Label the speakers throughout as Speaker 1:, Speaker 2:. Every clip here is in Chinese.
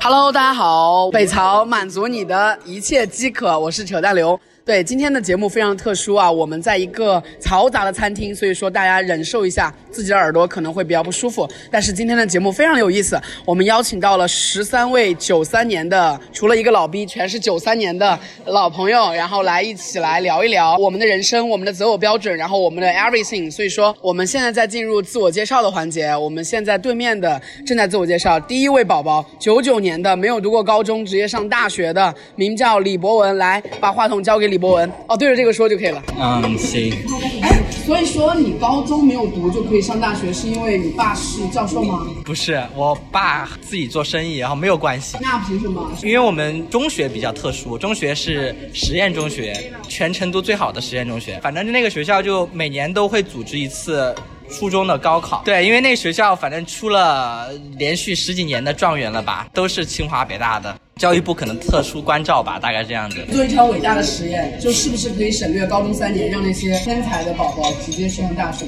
Speaker 1: Hello，大家好，北朝满足你的一切饥渴，我是扯淡刘。对，今天的节目非常特殊啊，我们在一个嘈杂的餐厅，所以说大家忍受一下，自己的耳朵可能会比较不舒服。但是今天的节目非常有意思，我们邀请到了十三位九三年的，除了一个老逼，全是九三年的老朋友，然后来一起来聊一聊我们的人生、我们的择偶标准，然后我们的 everything。所以说，我们现在在进入自我介绍的环节，我们现在对面的正在自我介绍，第一位宝宝，九九年的，没有读过高中，直接上大学的，名叫李博文，来把话筒交给李博文，哦，对着这个说就可以了。
Speaker 2: 嗯，行，
Speaker 1: 哎， 所以说你高中没有读就可以上大学，是因为你爸是教授吗？
Speaker 2: 不是我爸自己做生意，然后没有关系。
Speaker 1: 那凭什么？
Speaker 2: 因为我们中学比较特殊，中学是实验中学，全成都最好的实验中学。反正那个学校就每年都会组织一次初中的高考。对，因为那个学校反正出了连续十几年的状元了吧，都是清华北大的，教育部可能特殊关照吧，大概这样子。
Speaker 1: 做一条伟大的实验，就是不是可以省略高中三年，让那些天才的宝宝直接上大学？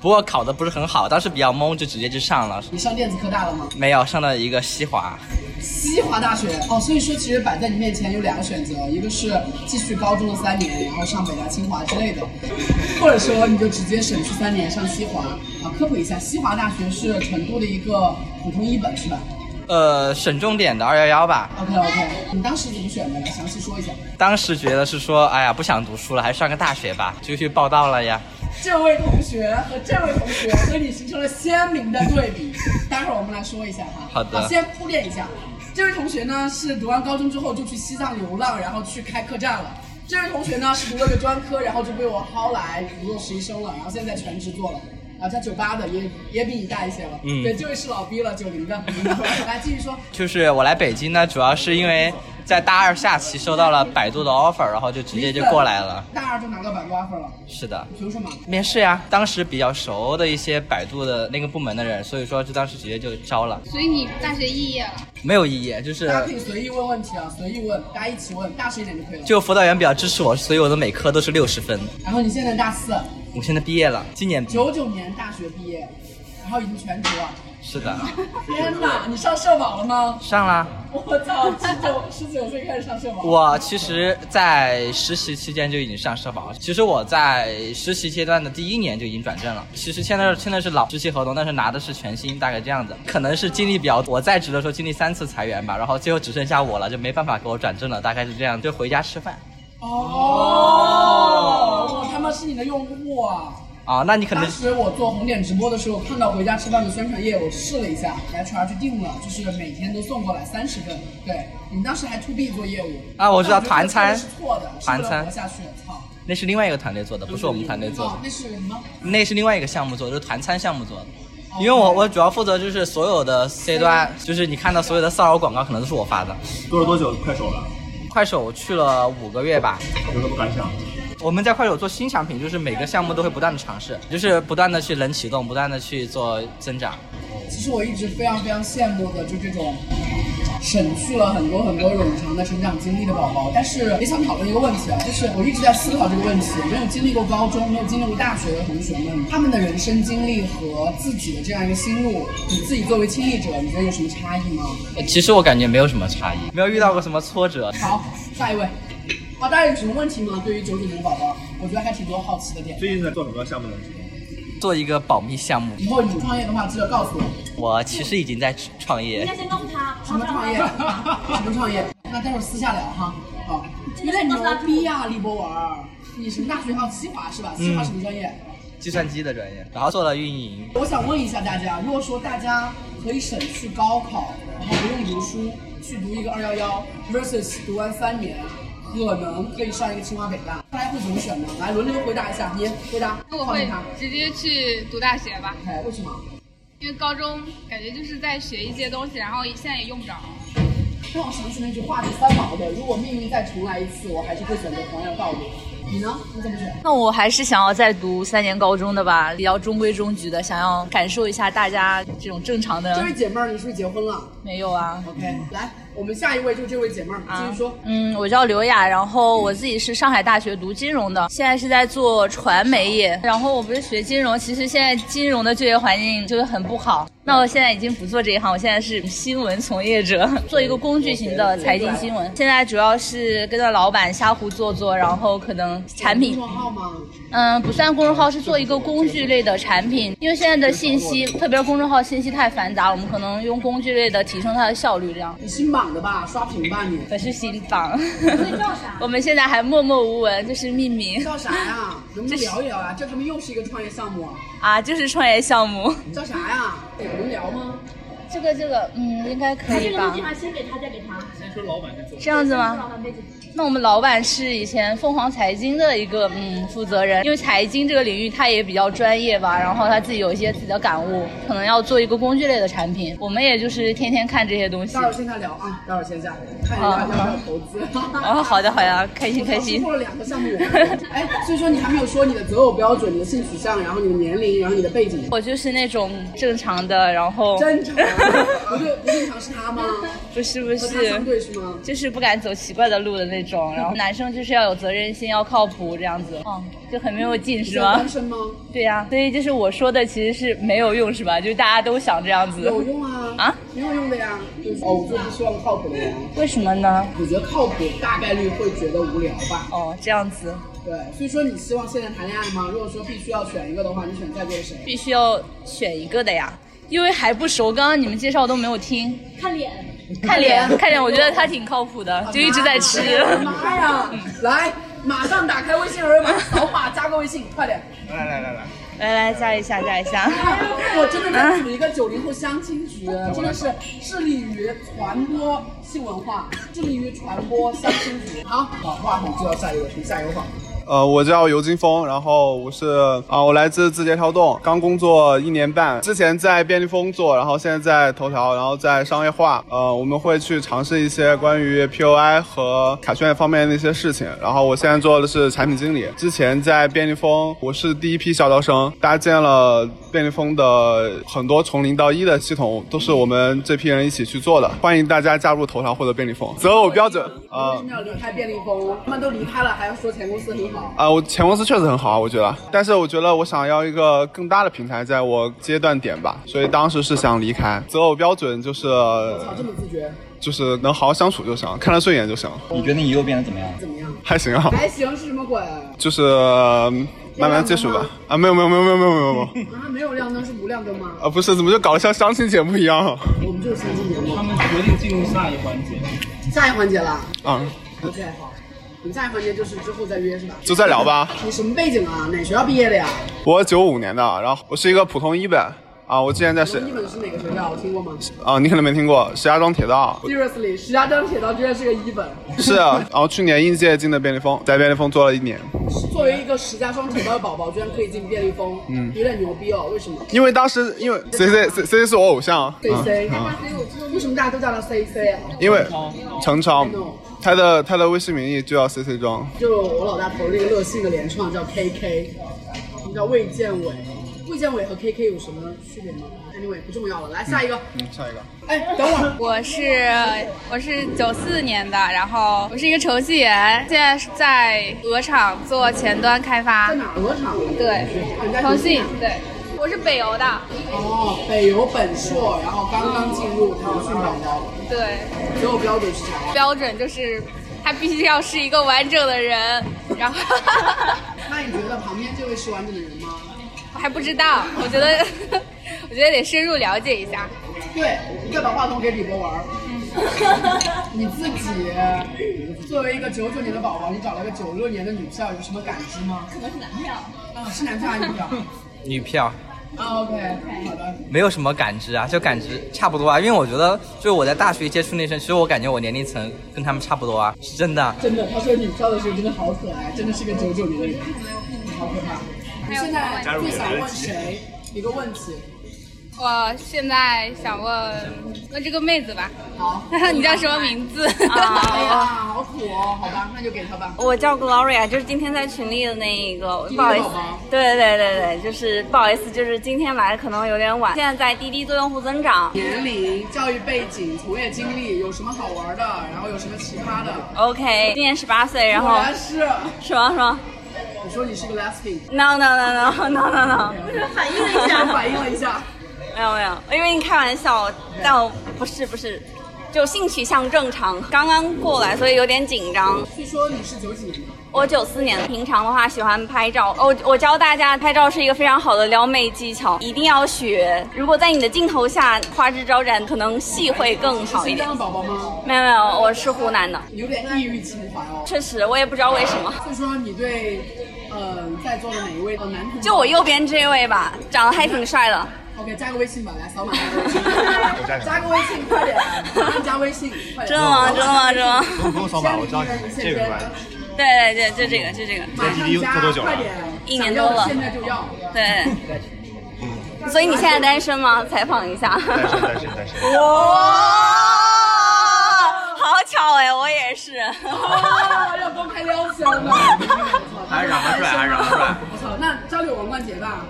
Speaker 2: 不过考的不是很好，当时比较懵，就直接就上了。
Speaker 1: 你上电子科大了吗？
Speaker 2: 没有上到一个西华，
Speaker 1: 西华大学哦，所以说其实摆在你面前有两个选择，一个是继续高中的三年，然后上北大、清华之类的，或者说你就直接省去三年上西华。啊，科普一下，西华大学是成都的一个普通一本是吧
Speaker 2: 呃，省重点的二幺幺吧。
Speaker 1: ？OK OK，你当时怎么选的？来详细说一下。
Speaker 2: 当时觉得是说，哎呀，不想读书了，还是上个大学吧，就去报到了呀。
Speaker 1: 这位同学和这位同学和你形成了鲜明的对比。待会儿我们来说一下哈。
Speaker 2: 好的
Speaker 1: 啊先铺垫一下，这位同学呢是读完高中之后就去西藏流浪，然后去开客栈了。这位同学呢是读了个专科，然后就被我薅来读了实习生了，然后现在全职做了。啊，他九八的也也比你大一些了，
Speaker 2: 嗯
Speaker 1: 对，这位是老逼了，九零的。来继续说，
Speaker 2: 就是我来北京呢，主要是因为在大二下期收到了百度的 offer，然后就直接就过来了。。
Speaker 1: 大二就拿到百度 offer 了，
Speaker 2: 是的，
Speaker 1: 凭什么？
Speaker 2: 面试呀，当时比较熟的一些百度的那个部门的人，所以说就当时直接就招了，
Speaker 3: 所以你大学肄业了，
Speaker 2: 没有异议，就是
Speaker 1: 大家可以随意问问题啊，随意问，大家一起问，大声一点就可以了。
Speaker 2: 就辅导员比较支持我，所以我的每科都是六十分。
Speaker 1: 然后你现在大四，
Speaker 2: 我现在毕业了，今年
Speaker 1: 九九年大学毕业，然后已经全职了。
Speaker 2: 是的，
Speaker 1: 天哪，你上社保了吗？
Speaker 2: 上啦。
Speaker 1: 我操，十九十九岁开始上社保。
Speaker 2: 我其实，在实习期间就已经上社保。其实我在实习阶段的第一年就已经转正了。其实现在现在是老实习合同，但是拿的是全薪，大概这样子。可能是经历比较，我在职的时候经历三次裁员吧，然后最后只剩下我了，就没办法给我转正了，大概是这样，就回家吃饭。
Speaker 1: 哦，我他妈是你的用户啊！
Speaker 2: 啊，那你可能
Speaker 1: 当时我做红点直播的时候，看到回家吃饭的宣传页，我试了一下，HR 去定了，就是每天都送过来三十份。对你们当时还 to B 做业务
Speaker 2: 啊我知道
Speaker 1: 那
Speaker 2: 团餐
Speaker 1: 这个是错的，是为
Speaker 2: 团
Speaker 1: 了
Speaker 2: 餐
Speaker 1: 活下去，操！
Speaker 2: 那是另外一个团队做的，不是我们啊团队做
Speaker 1: 哦
Speaker 2: 的，，
Speaker 1: 那是什么？
Speaker 2: 那是另外一个项目做的，就是团餐项目做的。因为我我主要负责就是所有的 C 端，就是你看到所有的骚扰广告，可能都是我发的。
Speaker 4: 做了多久快手了？
Speaker 2: 快手我去了五个月吧，
Speaker 4: 有什么感想？
Speaker 2: 我们在快手做新产品，就是每个项目都会不断的尝试，就是不断的去冷启动，不断的去做增长。
Speaker 1: 其实我一直非常非常羡慕的，就这种省去了很多很多冗长的成长经历的宝宝。但是也想讨论一个问题啊，就是我一直在思考这个问题，没有经历过高中、没有经历过大学的同学们，他们的人生经历和自己的这样一个心路，你自己作为亲历者，你觉得有什么差异吗？
Speaker 2: 呃其实我感觉没有什么差异，没有遇到过什么挫折。
Speaker 1: 好，下一位。啊，大家有什么问题吗？对于九九年的宝宝，我觉得还挺多好奇的点。
Speaker 4: 最近在做什么项目呢？
Speaker 2: 做一个保密项目，
Speaker 1: 以后你创业的话，记得告诉我
Speaker 2: 我其实已经在创业
Speaker 5: 应该。先弄他，
Speaker 1: 什么创业， 什么创业。那待会儿私下聊哈。好，有点牛逼啊，李博文儿，嗯你什么大学号？西华是吧？西华什么专业？
Speaker 2: 计算机的专业，然后做了运营。
Speaker 1: 我想问一下大家，如果说大家可以省去高考，然后不用读书去读一个二幺幺，versus 读完三年，可能可以上一个清华北大，大家会怎么选呢？来轮流回答一下，你回答，
Speaker 3: 我
Speaker 1: 换
Speaker 3: 会
Speaker 1: 他。
Speaker 3: 直接去读大学吧，
Speaker 1: 哎，为什么？
Speaker 3: 因为高中感觉就是在学一些东西，然后现在也用不着。
Speaker 1: 让我想起那句话是三毛的：“如果命运再重来一次，我还是会选择同样的道路。”你呢？你怎么选？
Speaker 5: 那我还是想要再读三年高中的吧，比较中规中矩的，想要感受一下大家这种正常
Speaker 1: 这
Speaker 5: 的
Speaker 1: 位。姐妹儿，你是不是结婚了
Speaker 5: 没有啊，
Speaker 1: ？OK，来，我们下一位就这位姐妹儿，继续说。
Speaker 5: 嗯，我叫刘雅，然后我自己是上海大学读金融的，现在是在做传媒业。然后我不是学金融，其实现在金融的就业环境就是很不好。那我现在已经不做这一行，我现在是新闻从业 者，做一个工具型的财经新闻。现在主要是跟着老板瞎胡做做，然后可能产品
Speaker 1: 公众号吗？
Speaker 5: 嗯，不算公众号，是做一个工具类的产品，因为现在的信息，特别是公众号信息太繁杂，我们可能用工具类的提升它的效率，这样。
Speaker 1: 你新版的吧，刷屏吧 你。
Speaker 5: 我是新房，我们现在还默默无闻，就是匿名
Speaker 1: 叫啥呀？能不能聊一聊啊？这他们又是一个创业项目啊。
Speaker 5: 啊，就是创业项目。
Speaker 1: 叫啥呀？
Speaker 5: 哎
Speaker 1: 能聊吗？
Speaker 5: 这个这个，嗯，应该可以吧？
Speaker 6: 先给他，再给他。
Speaker 5: 这样子吗？那我们老板是以前凤凰财经的一个嗯负责人，因为财经这个领域他也比较专业吧，然后他自己有一些自己的感悟，可能要做一个工具类的产品。我们也就是天天看这些东西
Speaker 1: 待。会儿线下聊啊，待会儿线下看一下要不要投资。
Speaker 5: 哦，好的好的，开心
Speaker 1: 我
Speaker 5: 开
Speaker 1: 尝试
Speaker 5: 心
Speaker 1: 做。了两个项目，我哎，所以说你还没有说你的择偶标准、你的性取向，然后你的年龄，然后你的背 景。
Speaker 5: 我就是那种正常的，然后
Speaker 1: 正常，啊不对，不正常是他吗？
Speaker 5: 不是啊不
Speaker 1: 和他相
Speaker 5: 是，
Speaker 1: 对是吗？
Speaker 5: 就是不敢走奇怪的路的那种。然后男生就是要有责任心，要靠谱这样子，嗯，就很没有劲
Speaker 1: 你
Speaker 5: 是啊
Speaker 1: 现在
Speaker 5: 吗
Speaker 1: 单？身吗？
Speaker 5: 对呀、所以就是我说的其实是没有用是吧？就是大家都想这样子
Speaker 1: 有用啊，
Speaker 5: 啊？
Speaker 1: 挺有用的呀。就是哦，我就是希望靠谱的人。
Speaker 5: 为什么呢？
Speaker 1: 我觉得靠谱大概率会觉得无聊吧？
Speaker 5: 哦，这样子
Speaker 1: 对，所以说你希望现在谈恋爱吗？如果说必须要选一个的话，你选在座的谁？
Speaker 5: 必须要选一个的呀，因为还不熟，刚刚你们介绍都没有听。
Speaker 6: 看脸，
Speaker 5: 看脸，看脸，我觉得他挺靠谱的，就一直在吃。
Speaker 1: 妈呀！来，马上打开微信二维码，扫码加个微信，快点！
Speaker 4: 来来来来，
Speaker 5: 来来，加一下，加一下。
Speaker 1: 哎我真的
Speaker 5: 啊
Speaker 1: 在组一个九零后相亲局，真的是致力于传播性文化，致力于传播相亲局。好，好，话筒接到下一位，下一个话筒。
Speaker 7: 呃，我叫尤金峰，然后我是啊、我来自字节跳动，刚工作一年半，之前在便利蜂做，然后现在在头条，然后在商业化。呃，我们会去尝试一些关于 POI 和卡券方面的一些事情。然后我现在做的是产品经理，之前在便利蜂，我是第一批小招生，搭建了便利蜂的很多从零到一的系统，都是我们这批人一起去做的。欢迎大家加入头条或者便利蜂，择偶标准啊。
Speaker 1: 为
Speaker 4: 呃
Speaker 1: 什么要离开便利蜂？他们都离开了，还要说前公司很好。
Speaker 7: 啊、我前公司确实很好啊，我觉得，但是我觉得我想要一个更大的平台，在我阶段点吧，所以当时是想离开。择偶标准就是
Speaker 1: 我哦操，这么自觉，
Speaker 7: 就是能好好相处就行，看得顺眼就行，
Speaker 2: 你觉得你以后变得怎么样？
Speaker 1: 怎么样？
Speaker 7: 还行啊，
Speaker 1: 还行是什么鬼？啊
Speaker 7: 就是、呃慢慢接触吧。啊，没有没有没有没有没有没有没有，
Speaker 1: 啊，没有亮灯是无亮灯吗？
Speaker 7: 啊不是，怎么就搞得像相亲节目一样啊？
Speaker 1: 我们就是相亲节目，
Speaker 4: 他们决定进入下一环节。
Speaker 1: 下一环节了。
Speaker 7: 嗯，
Speaker 1: OK，好，我们下一环节就是之后再约是吧？
Speaker 7: 就再聊吧。
Speaker 1: 你什么背景啊？哪学校毕业的呀？
Speaker 7: 我九五年的，然后我是一个普通一本啊，我之前在石
Speaker 1: 你本是哪个学校？我听过吗
Speaker 7: 啊，你可能没听过石家庄铁道，
Speaker 1: ？Seriously，石家庄铁道居然是个一本。
Speaker 7: 是，啊然后去年应届进的便利蜂，在便利蜂做了一年。
Speaker 1: 作为一个石家庄铁道的宝宝，居然可以进便利蜂，嗯，有点牛逼哦。为什么
Speaker 7: 因为当时因为 C C C C 是我偶像
Speaker 1: ？C
Speaker 7: 嗯
Speaker 4: 啊
Speaker 1: C，、
Speaker 3: 所以我就
Speaker 1: 为什么大家都叫他 C C 啊？
Speaker 7: 因为陈超
Speaker 1: No，
Speaker 7: 他的他的微信名义就叫 C C 庄，
Speaker 1: 就我老大投那个乐信的联创叫 K K，他们叫魏建伟。魏建伟和 K K 有什么区别吗？Anyway，不重要了。来下一个，
Speaker 7: 嗯，下一个，
Speaker 1: 哎，等会儿，
Speaker 8: 我是我是九四年的，然后我是一个程序员，现在是在鹅厂做前端开发
Speaker 1: 在。哪儿鹅厂？
Speaker 8: 对
Speaker 1: 啊，你在
Speaker 8: 腾
Speaker 1: 腾讯
Speaker 8: 讯
Speaker 1: 啊。
Speaker 8: 对，我是北邮的。
Speaker 1: 哦，北邮本硕，然后刚刚进入腾讯宝宝，
Speaker 8: 对，
Speaker 1: 择偶标准是啥？
Speaker 8: 标准就是他必须要是一个完整的人，然 后
Speaker 1: 那你觉得旁边这位是完整的人吗？
Speaker 8: 我还不知道，我觉得 我觉得得深入了解一下。
Speaker 1: 对，你再把话筒给李博玩儿。你自己作为一个九九年的宝宝，你找了个九六年的女校，有什么感知吗？可能是男票。啊，是男票还是女
Speaker 2: 女票。
Speaker 1: 票？啊，OK，好的。
Speaker 2: 没有什么感知啊，就感知差不多啊，因为我觉得就是我在大学接触那些，其实我感觉我年龄层跟他们差不多啊，是真的啊。
Speaker 1: 真的，他说女票的时候真的好可爱，真的是个九九年的人，好可怕。你现在最想问谁一个问题？
Speaker 8: 我现在想问问这个妹 子吧，好，你叫什么名字？
Speaker 6: 啊，
Speaker 1: 哎好苦哦，好吧，那就给他吧。
Speaker 6: 我叫 Gloria，就是今天在群里的那一个，不好意思，对对对对，就是不好意思，就是今天来可能有点晚。现在在滴滴做用户增长。
Speaker 1: 年龄、教育背景、从业经历有什么好玩的？然后有什么奇葩的？
Speaker 6: OK，今年十八岁，然
Speaker 1: 果
Speaker 6: 后
Speaker 1: 然是，
Speaker 6: 什么什么
Speaker 1: 你说你是个 lesbian，
Speaker 6: ？No No No No No No No，
Speaker 1: 反应了一下，反应了一下。
Speaker 6: 没有没有，因为你开玩笑，但我不是不是，就性取向正常，刚刚过来，所以有点紧张。
Speaker 1: 据说你是九几年的，
Speaker 6: 我九四年的，平常的话喜欢拍照。哦，我教大家拍照是一个非常好的撩妹技巧，一定要学。如果在你的镜头下花枝招展，可能戏会更好一
Speaker 1: 新
Speaker 6: 点
Speaker 1: 疆。的宝宝吗？
Speaker 6: 没有没有，我是湖南的，
Speaker 1: 有点异域情怀哦。
Speaker 6: 确实我也不知道为什么。
Speaker 1: 据说你对，呃，在座的哪一位呃男同
Speaker 6: 就我右边这位吧，长得还挺帅的。
Speaker 1: ，OK，加个微信吧，来扫码加个微信，加个微信，快点，马上加微信，快点。
Speaker 6: 真的吗？真的吗？真的吗？
Speaker 9: 不用不用扫码，我知道你们这个关系。
Speaker 6: 对对对，就这个，就这个，
Speaker 1: 马
Speaker 9: 滴滴
Speaker 1: 上
Speaker 9: 做多久
Speaker 1: 加，
Speaker 9: 了
Speaker 1: 快点，
Speaker 6: 一年多了
Speaker 1: 想要现在就要。
Speaker 6: 对。所以你现在单身吗？采访一下。
Speaker 9: 单身 单身单身。
Speaker 6: 哇，好巧哎，我也是。
Speaker 1: 哦，要公开撩起来了！
Speaker 9: 还是嚷得出来还是嚷得出来
Speaker 1: 我操，那交给王冠杰吧，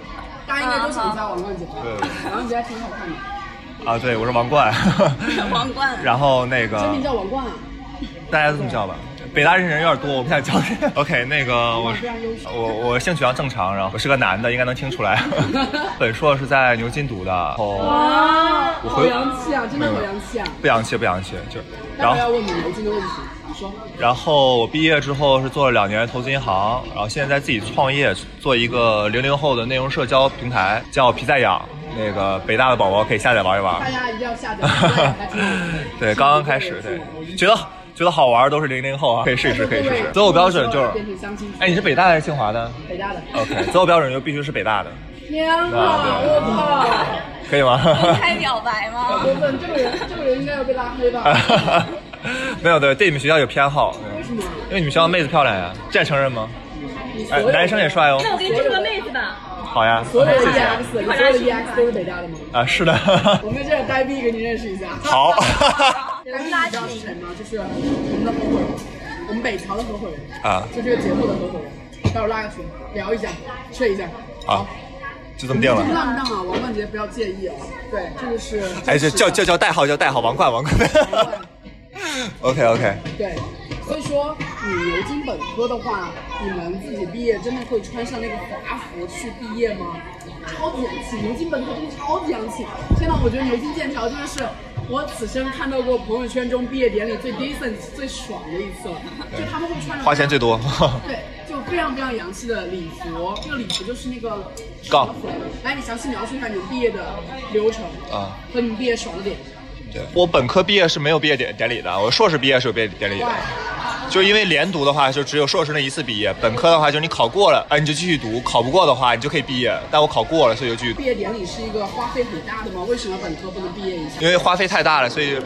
Speaker 1: 大家应该都想一下王冠杰吧。
Speaker 9: 对
Speaker 1: 王冠杰还挺好看的，
Speaker 9: 啊，对，我是王冠。
Speaker 6: 王冠
Speaker 9: 然后那个
Speaker 1: 真名叫王冠啊。
Speaker 9: 大家都这么叫吧。北大认识人有点多，我不想叫人。OK，那 个我是我我性取向正常，然后我是个男的，应该能听出来。 本硕是在牛津读的，然后
Speaker 1: 啊，
Speaker 9: 我
Speaker 1: 好
Speaker 9: 回
Speaker 1: 洋气啊，真的好洋气啊！
Speaker 9: 不洋气不洋气，就
Speaker 1: 待
Speaker 9: 然
Speaker 1: 会儿要
Speaker 9: 后
Speaker 1: 问你牛津的问题，你说。
Speaker 9: 然后我毕业之后是做了两年投资银行，然后现在在自己创业，做一个零零后的内容社交平台，叫皮在痒。那个北大的宝宝可以下载玩一玩。
Speaker 1: 大家一定要下载，还挺好看的
Speaker 9: 对，刚刚开始，对，觉得觉得好玩都是零零后啊，可以试一试，可以试一试。择偶标准就是，
Speaker 1: 变成相亲，
Speaker 9: 哎，你是北哦大还是清华的
Speaker 1: 北大的。
Speaker 9: ？OK，择偶标准就必须是北大的，
Speaker 1: 天哪，我
Speaker 9: 可以吗？
Speaker 6: 开表白
Speaker 1: 靠！
Speaker 6: 吗？
Speaker 1: 过分，这个人，这个人应该要被拉 黑吧？
Speaker 9: 哎 没有，对，对你们学校有偏好，
Speaker 1: 为什么？
Speaker 9: 因为你们学校妹子漂亮呀，这承认吗？
Speaker 1: 你所
Speaker 9: 哎，
Speaker 1: 有的
Speaker 9: 男生也，帅哦，
Speaker 5: 那我给你这个妹子吧，
Speaker 9: 好呀，
Speaker 1: 所有的
Speaker 9: 谢谢
Speaker 1: EX，你所有的 EX 都是北大的吗？
Speaker 9: 啊，是的，
Speaker 1: 我们这儿呆逼给你认识一下。
Speaker 9: 好，
Speaker 1: 但是你知道是谁吗？就是我们的合伙人，我们北朝的合伙人，
Speaker 9: 啊
Speaker 1: 就这个节目的合伙人，待会儿拉个群聊一下，睡一下。
Speaker 9: 好，就这么啊定
Speaker 1: 这个
Speaker 9: 了。
Speaker 1: 浪荡啊，王冠杰不要介意哦。对，这个是
Speaker 9: 哎，就叫叫叫代号，叫代号，王冠，王冠。OK OK，
Speaker 1: 对，所以说你牛津本科的话，你们自己毕业真的会穿上那个华服去毕业吗？超级洋气，牛津本科真的超级洋气。天呐，我觉得牛津剑桥真的是我此生看到过朋友圈中毕业典礼最 decent、最爽的一次了。
Speaker 9: 嗯
Speaker 1: 就他们会穿着
Speaker 9: 花钱最多。
Speaker 1: 对，就非常非常洋气的礼服，这个礼服就是那个
Speaker 9: 杠。
Speaker 1: 来，你详细描述一下你毕业的流程
Speaker 9: 啊
Speaker 1: 和你毕业爽的点。
Speaker 9: 对，我本科毕业是没有毕业典典礼的，我硕士毕业是有毕业典礼的。就因为连读的话，就只有硕士那一次毕业；本科的话，就是你考过了，哎，你就继续读；考不过的话，你就可以毕业。但我考过了，所以就继续读
Speaker 1: 毕。业典礼是一个花费很大的吗？为什么本科不能毕业一下？
Speaker 9: 因为花费太大了，所以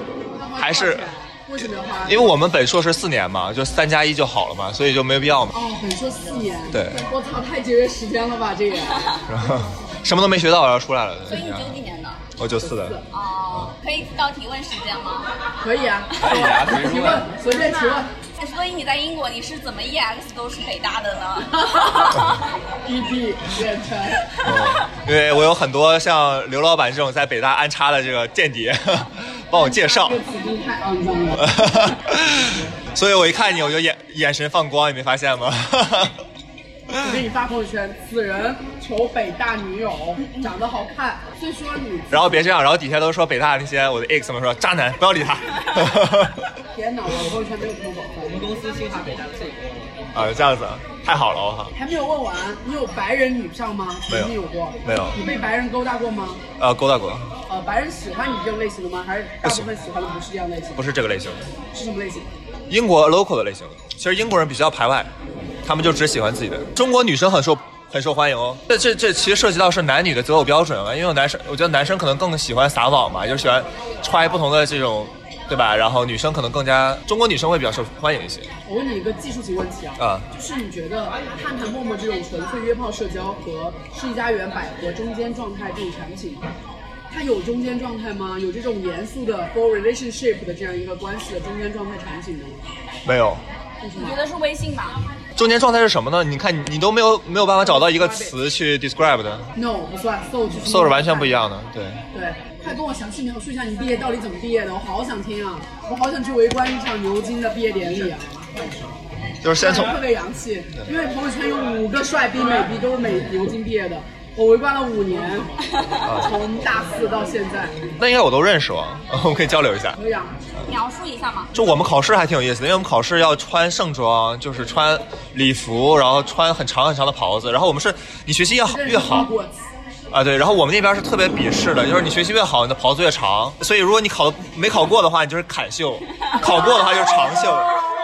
Speaker 9: 还是
Speaker 1: 为什么要花？
Speaker 9: 因为我们本硕是四年嘛，就三加一就好了嘛，所以就没必要嘛。
Speaker 1: 哦，本硕四年，
Speaker 9: 对
Speaker 1: 我操，太节约时间了吧， 这个。
Speaker 9: 然后什么都没学到，然后出来了。
Speaker 6: 所以你九几年的？
Speaker 9: 我九四的，
Speaker 6: 哦，可以到提问时间吗？
Speaker 1: 可以啊，
Speaker 9: 可以 啊
Speaker 1: 提问，随便提问。
Speaker 6: 所以你在英国你是怎么 EX 都是北大的呢？
Speaker 1: ED 远 程，
Speaker 9: 因为我有很多像刘老板这种在北大安插的这个间谍， 帮我介绍
Speaker 1: 这。个词真太肮脏了。
Speaker 9: 所以我一看你，我就眼眼神放光，你没发现吗？
Speaker 1: 我给你发朋友圈，此人求北大女友，长得好看。所以说你，
Speaker 9: 然后别这样，然后底下都说北大那些我的 ex 怎么说渣男，不要理他。
Speaker 1: 天哪，我朋友圈没有这么广
Speaker 2: 我
Speaker 1: 泛，
Speaker 2: 们公司兴趣北大的这个。
Speaker 9: 啊，这样子啊太好了，我靠！
Speaker 1: 还没有问完。你有白人女票吗？
Speaker 9: 没有
Speaker 1: 曾经有过，
Speaker 9: 没有
Speaker 1: 你被白人勾搭过吗？
Speaker 9: 呃，勾搭过，
Speaker 1: 呃，白人喜欢你这种类型的吗？还是大部分喜欢的不是这样类型？
Speaker 9: 不是这个类型，
Speaker 1: 是什么类型？
Speaker 9: 英国 local 的类型。其实英国人比较排外，他们就只喜欢自己的。中国女生很受很受欢迎哦。这这这其实涉及到是男女的择偶标准啊了，因为有男生，我觉得男生可能更喜欢撒网嘛，就喜欢揣不同的这种，对吧？然后女生可能更加，中国女生会比较受欢迎一些
Speaker 1: 我问你一个技术型问题啊，
Speaker 9: 啊。
Speaker 1: 就是你觉得探探、陌陌这种纯粹约炮社交和世纪佳缘、百合中间状态这种产品，它有中间状态吗？有这种严肃的 for relationship 的这样一个关系的中间状态场景吗？
Speaker 9: 没有。
Speaker 6: 我觉得是微信吧。
Speaker 9: 中间状态是什么呢？你看，你你都没有没有办法找到一个词去 describe 的
Speaker 1: No，不算，so 就是
Speaker 9: ，so 是完全不一样的。对，
Speaker 1: 对，快跟我详细描述一下你毕业到底怎么毕业的，我好想听啊！我好想去围观一场牛津的毕业典礼啊！
Speaker 9: 就是先从
Speaker 1: 特别洋气，因为朋友圈有五个帅逼美逼都是美牛津毕业的，我围观了五年，
Speaker 9: 啊
Speaker 1: 从大四到现在。
Speaker 9: 那应该我都认识哦， 我们可以交流一下。
Speaker 1: 可以啊，
Speaker 6: 描述一下嘛，
Speaker 9: 就我们考试还挺有意思的，因为我们考试要穿盛装，就是穿礼服，然后穿很长很长的袍子。然后我们是你学习越好越好
Speaker 1: 我
Speaker 9: 啊，对。然后我们那边是特别鄙视的，就是你学习越好，你的袍子越长。所以如果你考没考过的话，你就是砍袖；考过的话就是长 袖。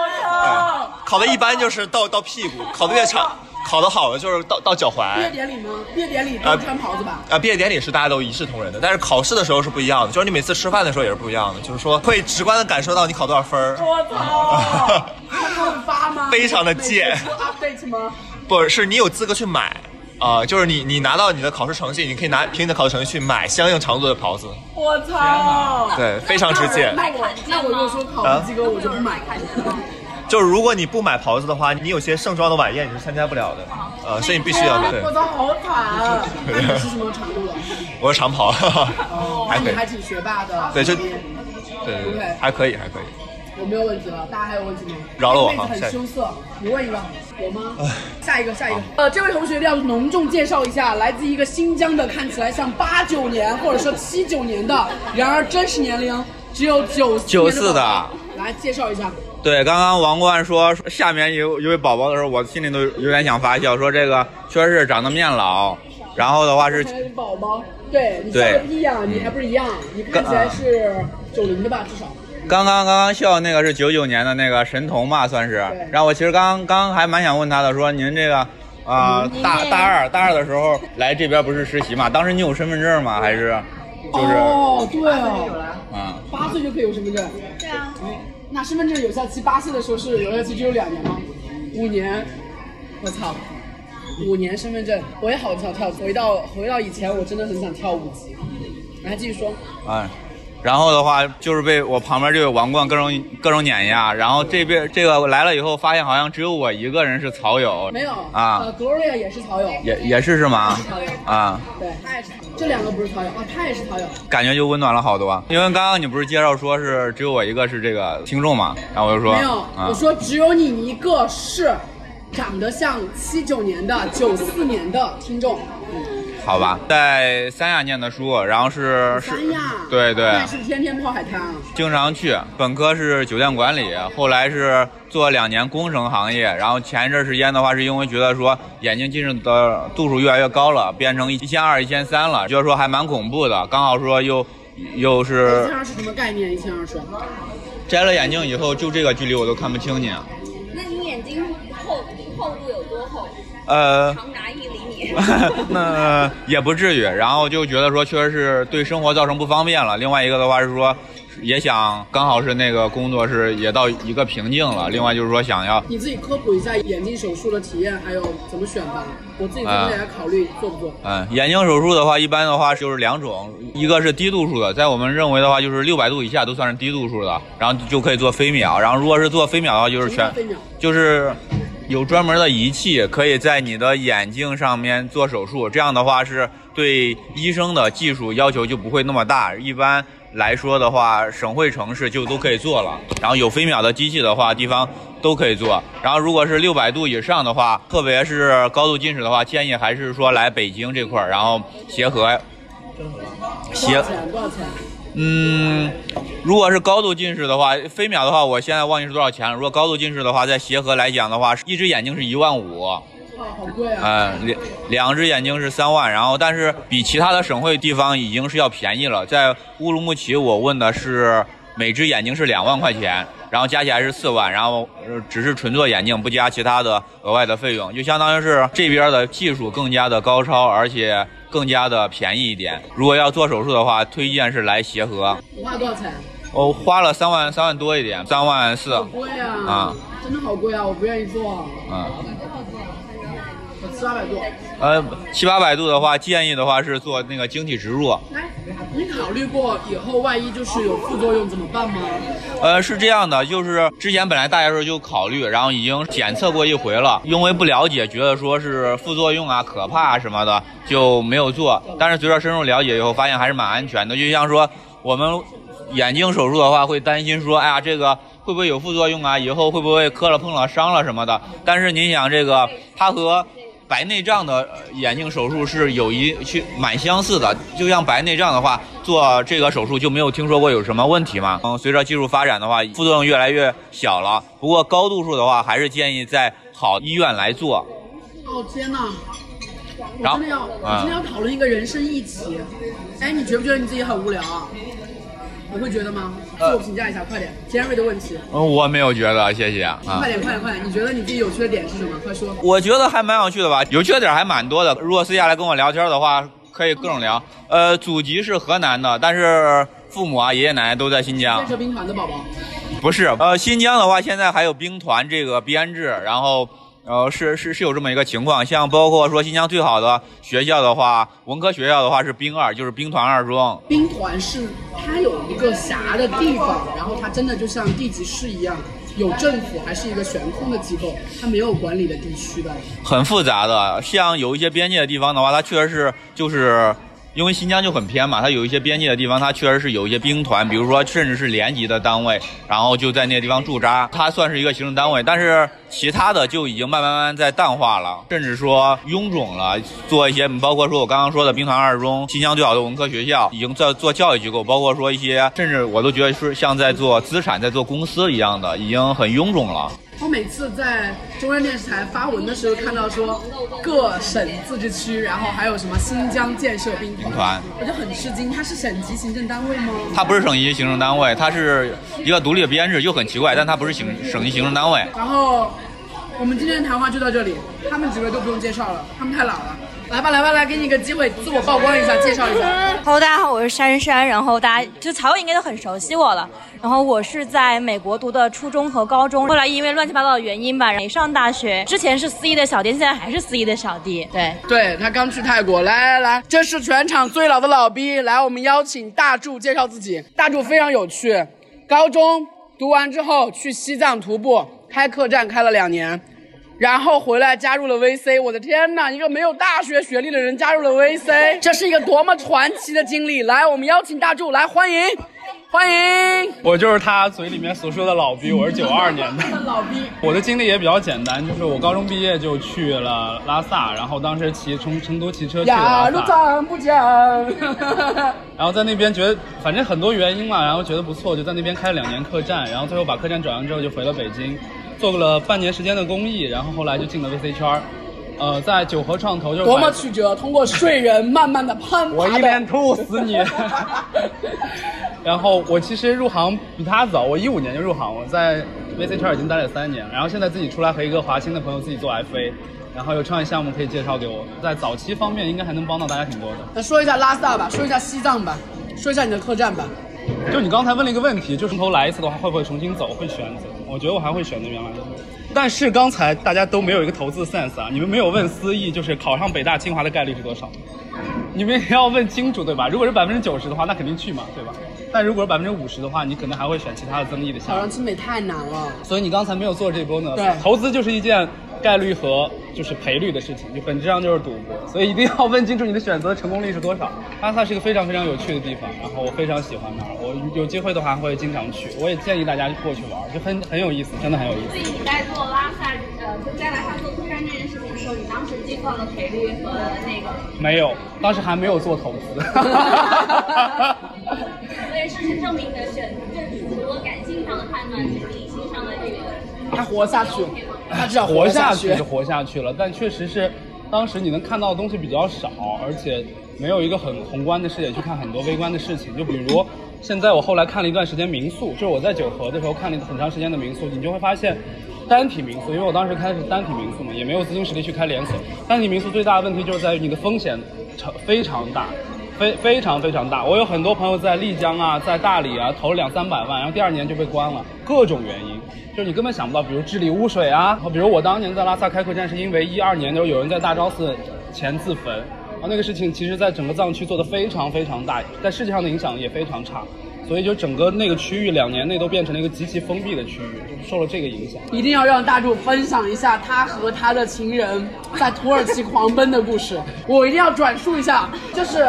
Speaker 9: 对考的一般就是到到屁股，考的越长，考的好的就是到到脚
Speaker 1: 哎毕业
Speaker 9: 踝。
Speaker 1: 典礼吗？毕业典礼都穿袍子吧？
Speaker 9: 啊，毕业典礼是大家都一视同仁的，但是考试的时候是不一样的，就是你每次吃饭的时候也是不一样的，就是说会直观的感受到你考多少分儿。
Speaker 1: 我操！他给我发吗？
Speaker 9: 非常的贱
Speaker 1: 每次出 update 吗？
Speaker 9: 不是，是你有资格去买啊、就是你你拿到你的考试成绩，你可以拿凭你的考试成绩去买相应长度的袍子，
Speaker 1: 我操！
Speaker 9: 对，非常直 接。
Speaker 1: 那我那我就说考及格，我就不买。
Speaker 9: 啊就是如果你不买袍子的话，你有些盛装的晚宴你是参加不了的，呃，所以你必须要对
Speaker 1: 我。操，好 惨啊！那你是什么长度的？
Speaker 9: 我是长袍，
Speaker 1: 哦，
Speaker 9: 还
Speaker 1: 那
Speaker 9: 可
Speaker 1: 你
Speaker 9: 以，
Speaker 1: 还挺学霸的。
Speaker 9: 对就
Speaker 1: 小编
Speaker 9: 对对对
Speaker 1: OK，
Speaker 9: 还可以，还可以。
Speaker 1: 我没有问题了，大家还有问题吗？
Speaker 9: 饶了我
Speaker 1: 妹子
Speaker 9: 哈下
Speaker 1: 很
Speaker 9: 一个
Speaker 1: 羞涩，你问一个，有吗？下一个，下一个。呃，这位同学要隆重介绍一下，来自一个新疆的，看起来像八九年或者说七九年的，然而真实年龄只有九
Speaker 10: 94的。
Speaker 1: 来介绍一下，
Speaker 10: 对，刚刚王冠说下面有有位宝宝的时候，我心里都有点想发笑，说这个确实是长得面老，然后的话是
Speaker 1: 还有宝宝，对你笑
Speaker 10: 对
Speaker 1: 个屁呀！你还不是一样？你看起
Speaker 9: 啊
Speaker 1: 来是九零的吧，至少。
Speaker 10: 刚刚刚刚笑那个是九九年的那个神童吧，算是
Speaker 1: 对。
Speaker 10: 然后我其实刚刚还蛮想问他的，说您这个啊、大大二大二的时候来这边不是实习嘛？当时你有身份证吗？还是就是
Speaker 1: 哦，对哦，
Speaker 10: 啊？
Speaker 1: 八岁就可以有身份证。哎
Speaker 8: 对啊，
Speaker 1: 那身份证有效期八岁的时候是有效期只有两年吗？五年，我操，五年身份证，我也好想跳。回到回到以前，我真的很想跳舞级。来继续说，
Speaker 10: 啊，然后的话就是被我旁边这位王冠各种各种碾压，然后这边这个来了以后，发现好像只有我一个人是草友，
Speaker 1: 没有
Speaker 10: 啊
Speaker 1: 呃，，Gloria 也是草友，
Speaker 10: 也也是是吗？啊，
Speaker 1: 对，他也是，这两个不是草友啊，他也是草友。
Speaker 10: 感觉就温暖了好多。因为刚刚你不是介绍说是只有我一个是这个听众嘛，然后我就说
Speaker 1: 没有，
Speaker 10: 啊
Speaker 1: 我，说只有你一个是长得像七九年的、九四年的听众。
Speaker 10: 好吧，在三亚念的书，然后是是
Speaker 1: 三亚，，哦
Speaker 10: 对对，
Speaker 1: 那是不是天天泡海滩啊？
Speaker 10: 经常去。本科是酒店管理，后来是做两年工程行业，然后前一阵时间的话，是因为觉得说眼睛近视的度数越来越高了，变成一千二、一千三了，觉得说还蛮恐怖的。刚好说又又
Speaker 1: 一千
Speaker 10: 是
Speaker 1: 二是什么概念？一千二是？
Speaker 10: 摘了眼镜以后，就这个距离我都看不清你。啊
Speaker 6: 那你眼睛厚厚度有多厚？
Speaker 10: 呃，
Speaker 6: 长达一厘 米。
Speaker 10: 那也不至于。然后就觉得说，确实是对生活造成不方便了。另外一个的话是说，也想刚好是那个工作是也到一个瓶颈了。另外就是说想要
Speaker 1: 你自己科普一下眼睛手术的体验，还有怎么选吧。我自己在
Speaker 10: 啊
Speaker 1: 未来考虑做不做。
Speaker 10: 嗯，眼睛手术的话，一般的话就是两种，一个是低度数的，在我们认为的话，就是六百度以下都算是低度数的，然后就可以做飞秒。然后如果是做飞秒的话，就是
Speaker 1: 什么
Speaker 10: 全
Speaker 1: 叫飞秒
Speaker 10: 就是有专门的仪器，可以在你的眼睛上面做手术。这样的话是对医生的技术要求就不会那么大。一般来说的话，省会城市就都可以做了。然后有飞秒的机器的话，地方都可以做。然后如果是六百度以上的话，特别是高度近视的话，建议还是说来北京这块儿，然后协和。
Speaker 1: 多
Speaker 10: 协
Speaker 1: 少钱？多少钱？
Speaker 10: 嗯，如果是高度近视的话，飞秒的话，我现在忘记是多少钱了。如果高度近视的话，在协和来讲的话，是一只眼睛是一万五，
Speaker 1: 哇，好贵啊！
Speaker 10: 呃，两两只眼睛是三万，然后但是比其他的省会地方已经是要便宜了。在乌鲁木齐，我问的是每只眼睛是两万块钱，然后加起来是四万，然后呃只是纯做眼镜，不加其他的额外的费用，就相当于是这边的技术更加的高超，而且更加的便宜一点。如果要做手术的话，推荐是来协和，
Speaker 1: 你花了多少钱？
Speaker 10: 我、花了三万三万多一点，三万四
Speaker 1: 好贵啊！
Speaker 10: 啊
Speaker 1: 真的好贵啊！我不愿意做。
Speaker 10: 嗯，
Speaker 4: 八百多。
Speaker 10: 呃，七八百度的话，建议的话是做那个晶体植入。
Speaker 1: 哎，你考虑过以后万一就是有副作用怎么办吗？
Speaker 10: 呃，是这样的，就是之前本来大家说就考虑，然后已经检测过一回了，因为不了解，觉得说是副作用啊、可怕啊什么的，就没有做。但是随着深入了解以后，发现还是蛮安全的。就像说我们眼睛手术的话，会担心说，哎呀，这个会不会有副作用啊？以后会不会磕了、碰了、伤了什么的？但是您想，这个它和白内障的呃眼睛手术是有一去蛮相似的，就像白内障的话，做这个手术就没有听说过有什么问题嘛。嗯，随着技术发展的话，副作用越来越小了。不过高度数的话，还是建议在好医院来做。
Speaker 1: 哦天哪！我
Speaker 10: 然后
Speaker 1: 真的要，我
Speaker 10: 嗯
Speaker 1: 真的要讨论一个人生议题。哎，你觉不觉得你自己很无聊啊？你会觉得吗？自
Speaker 10: 呃
Speaker 1: 我评价一下，快点，尖锐的问题，
Speaker 10: 嗯，我没有觉得，谢谢啊。
Speaker 1: 快点，快点，快点！你觉得你自己有趣的点是什么？快说。
Speaker 10: 我觉得还蛮有趣的吧，有趣的点还蛮多的。如果私下来跟我聊天的话，可以各种聊。呃，祖籍是河南的，但是父母啊、爷爷奶奶都在新疆
Speaker 1: 建。设兵团的宝宝，
Speaker 10: 不是，呃，新疆的话，现在还有兵团这个编制，然后，呃，是是是有这么一个情况，像包括说新疆最好的学校的话，文科学校的话是兵二，就是兵团二中。
Speaker 1: 兵团是它有一个辖的地方，然后它真的就像地级市一样，有政府，还是一个悬空的机构，它没有管理的地区的。
Speaker 10: 很复杂的。像有一些边界的地方的话，它确实是就是。因为新疆就很偏嘛，它有一些边界的地方，它确实是有一些兵团，比如说甚至是连级的单位，然后就在那地方驻扎，它算是一个行政单位。但是其他的就已经慢慢慢慢在淡化了，甚至说臃肿了，做一些包括说我刚刚说的兵团二中、新疆最好的文科学校，已经在做教育机构，包括说一些甚至我都觉得是像在做资产、在做公司一样的，已经很臃肿了。
Speaker 1: 我每次在中央电视台发文的时候，看到说各省自治区，然后还有什么新疆建设兵团，
Speaker 10: 团
Speaker 1: 我就很吃惊，它是省级行政单位吗？
Speaker 10: 它不是省级行政单位，它是一个独立的编制，就很奇怪，但它不是省省级行政单位。
Speaker 1: 然后我们今天的谈话就到这里，他们几个都不用介绍了，他们太老了。来吧，来吧，来，给你一个机会，自我曝光一下，介绍一下。
Speaker 11: Hello，大家好，我是珊珊。然后大家就曹友应该都很熟悉我了。然后我是在美国读的初中和高中，后来因为乱七八糟的原因吧，没上大学。之前是四一的小弟，现在还是四一的小弟。对，
Speaker 1: 对他刚去泰国，来来来，这是全场最老的老逼，来，我们邀请大柱介绍自己。大柱非常有趣，高中读完之后去西藏徒步，开客栈开了两年，然后回来加入了 VC。我的天哪，一个没有大学学历的人加入了 VC，这是一个多么传奇的经历！来，我们邀请大柱来欢迎，欢迎。
Speaker 4: 我就是他嘴里面所说的老逼，我是九二年的。
Speaker 1: 老逼，
Speaker 4: 我的经历也比较简单，就是我高中毕业就去了拉萨，然后当时骑从成都骑车去
Speaker 1: 雅
Speaker 4: 了
Speaker 1: 鲁
Speaker 4: 拉萨，
Speaker 1: 藏布江。
Speaker 4: 然后在那边觉得反正很多原因嘛，然后觉得不错，就在那边开了两年客栈，然后最后把客栈转让之后就回了北京，做了半年时间的公益，然后后来就进了 VC 圈儿，呃，在九河创投就是
Speaker 1: 多
Speaker 4: 晚
Speaker 1: 么曲折，通过睡人慢慢的攀爬。
Speaker 4: 我一脸吐死你 然后我其实入行比他早，我一五年就入行，我在 VC 圈已经待了三年，然后现在自己出来和一个华清的朋友自己做 FA，然后有创业项目可以介绍给我，在早期方面应该还能帮到大家挺多的。
Speaker 1: 那说一下拉萨吧，说一下西藏吧，说一下你的客栈吧。
Speaker 4: 就你刚才问了一个问题，就是从头来一次的话，会不会重新走？会选择？我觉得我还会选择原来的。但是刚才大家都没有一个投资 sense 啊，你们没有问思意，就是考上北大清华的概率是多少？你们也要问清楚，对吧？如果是百分之九十的话，那肯定去嘛，对吧？但如果是百分之五十的话，你可能还会选其他的增益的项
Speaker 1: 考
Speaker 4: 目
Speaker 1: 上。清北太难了。
Speaker 4: 所以你刚才没有做这波呢。
Speaker 1: 对
Speaker 4: 投资就是一件概率和就是赔率的事情，就本质上就是赌博。所以一定要问清楚你的选择成功率是多少。拉萨是一个非常非常有趣的地方，然后我非常喜欢那儿，我有机会的话会经常去。我也建议大家过去玩，就很很有意思，真的很有意思。
Speaker 12: 所以你在做拉萨，呃，就在拉萨做客栈这件事情的时候，你当时计算了赔率 和那个，
Speaker 4: 没有，当时还没有做投资。
Speaker 12: 所以事实证明你的选，就是除了感性上的判断，就是理性上的这个，
Speaker 1: 他活下去了他至少活
Speaker 4: 活
Speaker 1: 得下
Speaker 4: 下
Speaker 1: 去
Speaker 4: 去就活下去了，但确实是当时你能看到的东西比较少，而且没有一个很宏观的视野去看很多微观的事情。就比如现在我后来看了一段时间民宿，就是我在九河的时候看了很长时间的民宿，你就会发现。单体民宿，因为我当时开的是单体民宿嘛，也没有资金实力去开连锁。单体民宿最大的问题就是在于你的风险成非常大，非非常非常大。我有很多朋友在丽江啊，在大理啊投了两三百万，然后第二年就被关了，各种原因，就是你根本想不到，比如治理污水啊，比如我当年在拉萨开客栈，是因为一二年的时候有人在大昭寺前自焚，啊，那个事情其实在整个藏区做的非常非常大，在世界上的影响也非常差。所以就整个那个区域两年内都变成了一个极其封闭的区域，就受了这个影响。
Speaker 1: 一定要让大众分享一下他和他的情人在土耳其狂奔的故事。 我一定要转述一下，就是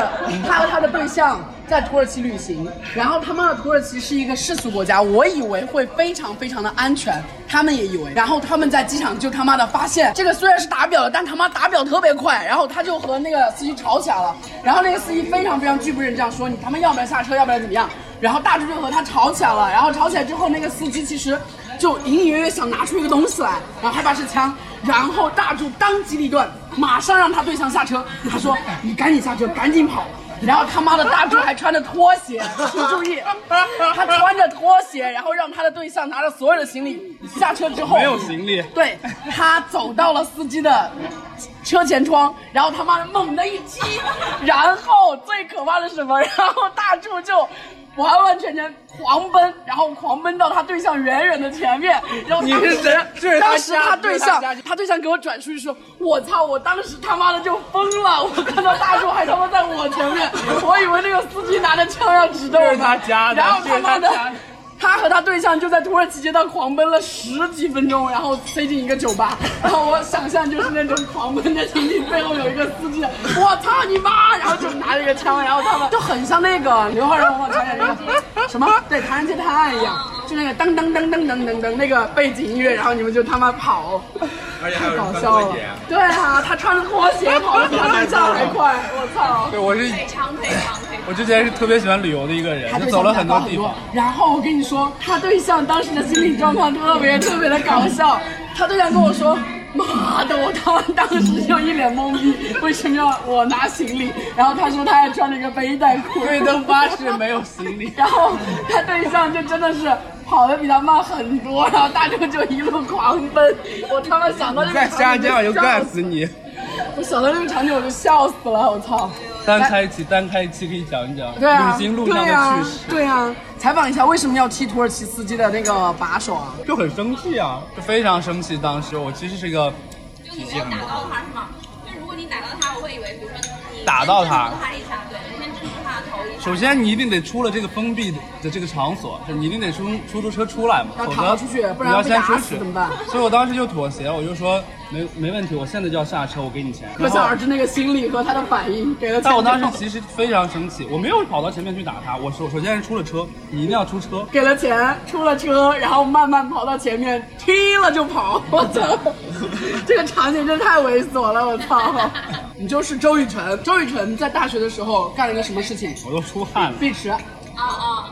Speaker 1: 他和他的对象在土耳其旅行，然后他妈的土耳其是一个世俗国家，我以为会非常非常的安全，他们也以为。然后他们在机场就他妈的发现，这个虽然是打表的，但他妈打表特别快，然后他就和那个司机吵起来了。然后那个司机非常非常拒不认账，说你他妈要不要下车，要不然怎么样？然后大猪就和他吵起来了，然后吵起来之后，那个司机其实就隐隐约约想拿出一个东西来，然后害怕是枪，然后大柱当机立断，马上让他对象下车，他说：“你赶紧下车，赶紧跑。”然后他妈的大柱还穿着拖鞋，请注 意，他穿着拖鞋，然后让他的对象拿着所有的行李下车之后，
Speaker 4: 没有行李，
Speaker 1: 对他走到了司机的车前窗，然后他妈的猛地一踢，然后最可怕的是什么？然后大柱就完完全全狂奔，然后狂奔到他对象远远的前面，然后
Speaker 4: 你
Speaker 1: 当
Speaker 4: 是
Speaker 1: 时
Speaker 4: 谁这是他
Speaker 1: 当时
Speaker 4: 家
Speaker 1: 他
Speaker 4: 这
Speaker 1: 对
Speaker 4: 是他
Speaker 1: 象
Speaker 4: 家
Speaker 1: 他对象给我转述说，我操，我当时他妈的就疯了，我看到大柱还他妈在我前面，我以为那个司机拿着枪要指着我
Speaker 4: 这是
Speaker 1: 们，
Speaker 4: 他家的
Speaker 1: 然后他妈
Speaker 4: 这
Speaker 1: 的
Speaker 4: 是他家的。
Speaker 1: 他和他对象就在土耳其街道狂奔了十几分钟，然后塞进一个酒吧。 然后我想象就是那种狂奔的情景，背后有一个司机，我操你妈！然后就拿着一个枪，然后他们就很像那个刘昊然我想起来那个什么，对《唐人街探案》一样，就那个噔噔噔噔噔噔噔那个背景音乐，然后你们就他妈跑，
Speaker 9: 而且还
Speaker 1: 太
Speaker 9: 有人
Speaker 1: 搞
Speaker 9: 穿
Speaker 1: 笑
Speaker 9: 拖
Speaker 1: 了
Speaker 9: 鞋。。
Speaker 1: 对啊，他穿着拖鞋跑得比他对象还快，我操！
Speaker 4: 对我是
Speaker 1: 腿长腿长腿
Speaker 4: 我之前是特别喜欢旅游的一个人，
Speaker 1: 他
Speaker 4: 就
Speaker 1: 对
Speaker 4: 走
Speaker 1: 象
Speaker 4: 了
Speaker 1: 很
Speaker 4: 很
Speaker 1: 多
Speaker 4: 多地方。
Speaker 1: 然后我跟你说，他对象当时的心理状况特别特别的搞笑。他对象跟我说：“妈的，我当当时就一脸懵逼，为什么要我拿行李？”然后他说他还穿了一个背带裤，
Speaker 4: 瑞登巴士没有行李
Speaker 1: 然后他对象就真的是跑得比他慢很多，然后大舅就一路狂奔。我他妈想到这个
Speaker 4: 在
Speaker 1: 场
Speaker 4: 家
Speaker 1: 景就
Speaker 4: 这样就
Speaker 1: 笑
Speaker 4: 干
Speaker 1: 死，
Speaker 4: 死你！
Speaker 1: 我想到这个场景我就笑死了，我操！
Speaker 4: 单
Speaker 1: 来
Speaker 4: 开一期，单开一期可以讲一讲
Speaker 1: 对啊，
Speaker 4: 旅行路上的趣事，
Speaker 1: 对啊。对啊，采访一下为什么要踢土耳其司机的那个把手啊？
Speaker 4: 就很生气啊，就非常生气。当时我其实是一个
Speaker 12: 就你没有打到他是吗？就如果你打到他，我会以为，比如说你
Speaker 4: 打到
Speaker 12: 先
Speaker 4: 他
Speaker 12: 震住他一下，对，你先震住他的头一下。
Speaker 4: 首先，你一定得出了这个封闭的的这个场所，就你一定得出出租车出来嘛，
Speaker 1: 要
Speaker 4: 否
Speaker 1: 逃
Speaker 4: 则
Speaker 1: 出去不然
Speaker 4: 你要
Speaker 1: 被
Speaker 4: 先
Speaker 1: 打
Speaker 4: 出
Speaker 1: 死
Speaker 4: 去
Speaker 1: 怎么办
Speaker 4: 所以我当时就妥协，我就说没没问题，我现在就要下车，我给你钱。
Speaker 1: 可
Speaker 4: 然后
Speaker 1: 想而知那个心理和他的反应，给了。
Speaker 4: 但我当时其实非常生气，我没有跑到前面去打他，我首首先是出了车，你一定要出车。
Speaker 1: 给了钱，出了车，然后慢慢跑到前面，踢了就跑。 我操，这个场景真的太猥琐了！我操，你就是周雨辰。周雨辰在大学的时候干了一个什么事情？
Speaker 4: 我都出汗了。
Speaker 1: 碧 池，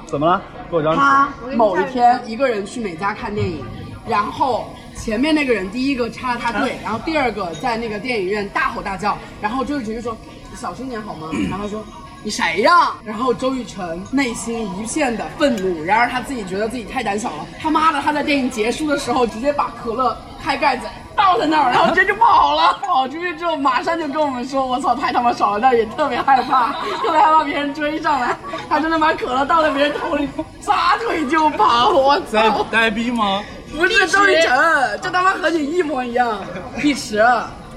Speaker 4: 怎么了？给我张纸。
Speaker 1: 他某一天一个人去美嘉看电影，然后前面那个人第一个插了他
Speaker 4: 啊
Speaker 1: 队，然后第二个在那个电影院大吼大叫，然后周雨辰就说：“你小声点好吗？”然后他说。你谁呀？然后周雨辰内心一片的愤怒，然而他自己觉得自己太胆小了。他妈的，他在电影结束的时候直接把可乐开盖子倒在那儿，然后直接就跑 了。跑出去之后，马上就跟我们说：“我操，太他妈爽了！”但也特别害怕，特别害怕别人哎追上来。他真的把可乐倒在别人头里，撒腿就跑。我
Speaker 4: 在
Speaker 1: 操！
Speaker 4: 呆逼吗？
Speaker 1: 不是周雨辰，这他妈和你一模一样。碧池，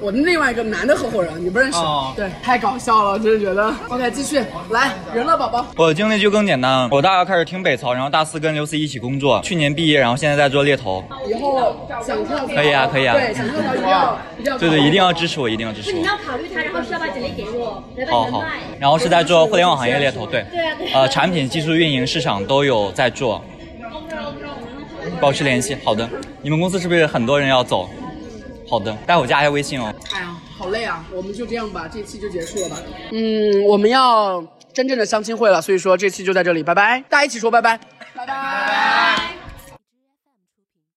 Speaker 1: 我的另外一个男的合伙人，你不认识？
Speaker 13: 哦
Speaker 1: 对，太搞笑了，真的觉得。OK，继续来，人乐宝宝。
Speaker 13: 我的经历就更简单了，我大二开始听北曹，然后大四跟刘思一起工作，去年毕业，然后现在在做猎头。
Speaker 1: 以后想跳槽
Speaker 13: 可
Speaker 12: 哦
Speaker 13: 以啊可以啊
Speaker 1: 对，想跳槽一定要一定要。
Speaker 13: 对对，一定要支持我，一定要支持
Speaker 12: 你
Speaker 13: 我。
Speaker 12: 要考虑他，然后需要把简历给我，来把
Speaker 13: 好
Speaker 12: 你的
Speaker 13: 好
Speaker 12: 卖。，
Speaker 13: 然后是在做互联网行业猎头，对，
Speaker 12: 对啊对啊
Speaker 13: 呃，产品、技术、运营、市场都有在做，保持联系。好的，你们公司是不是很多人要走？好的，待会加一下微信哦。
Speaker 1: 哎呀，好累啊！我们就这样吧，这期就结束了吧。嗯，我们要真正的相亲会了，所以说这期就在这里，拜拜，大家一起说拜拜。拜拜。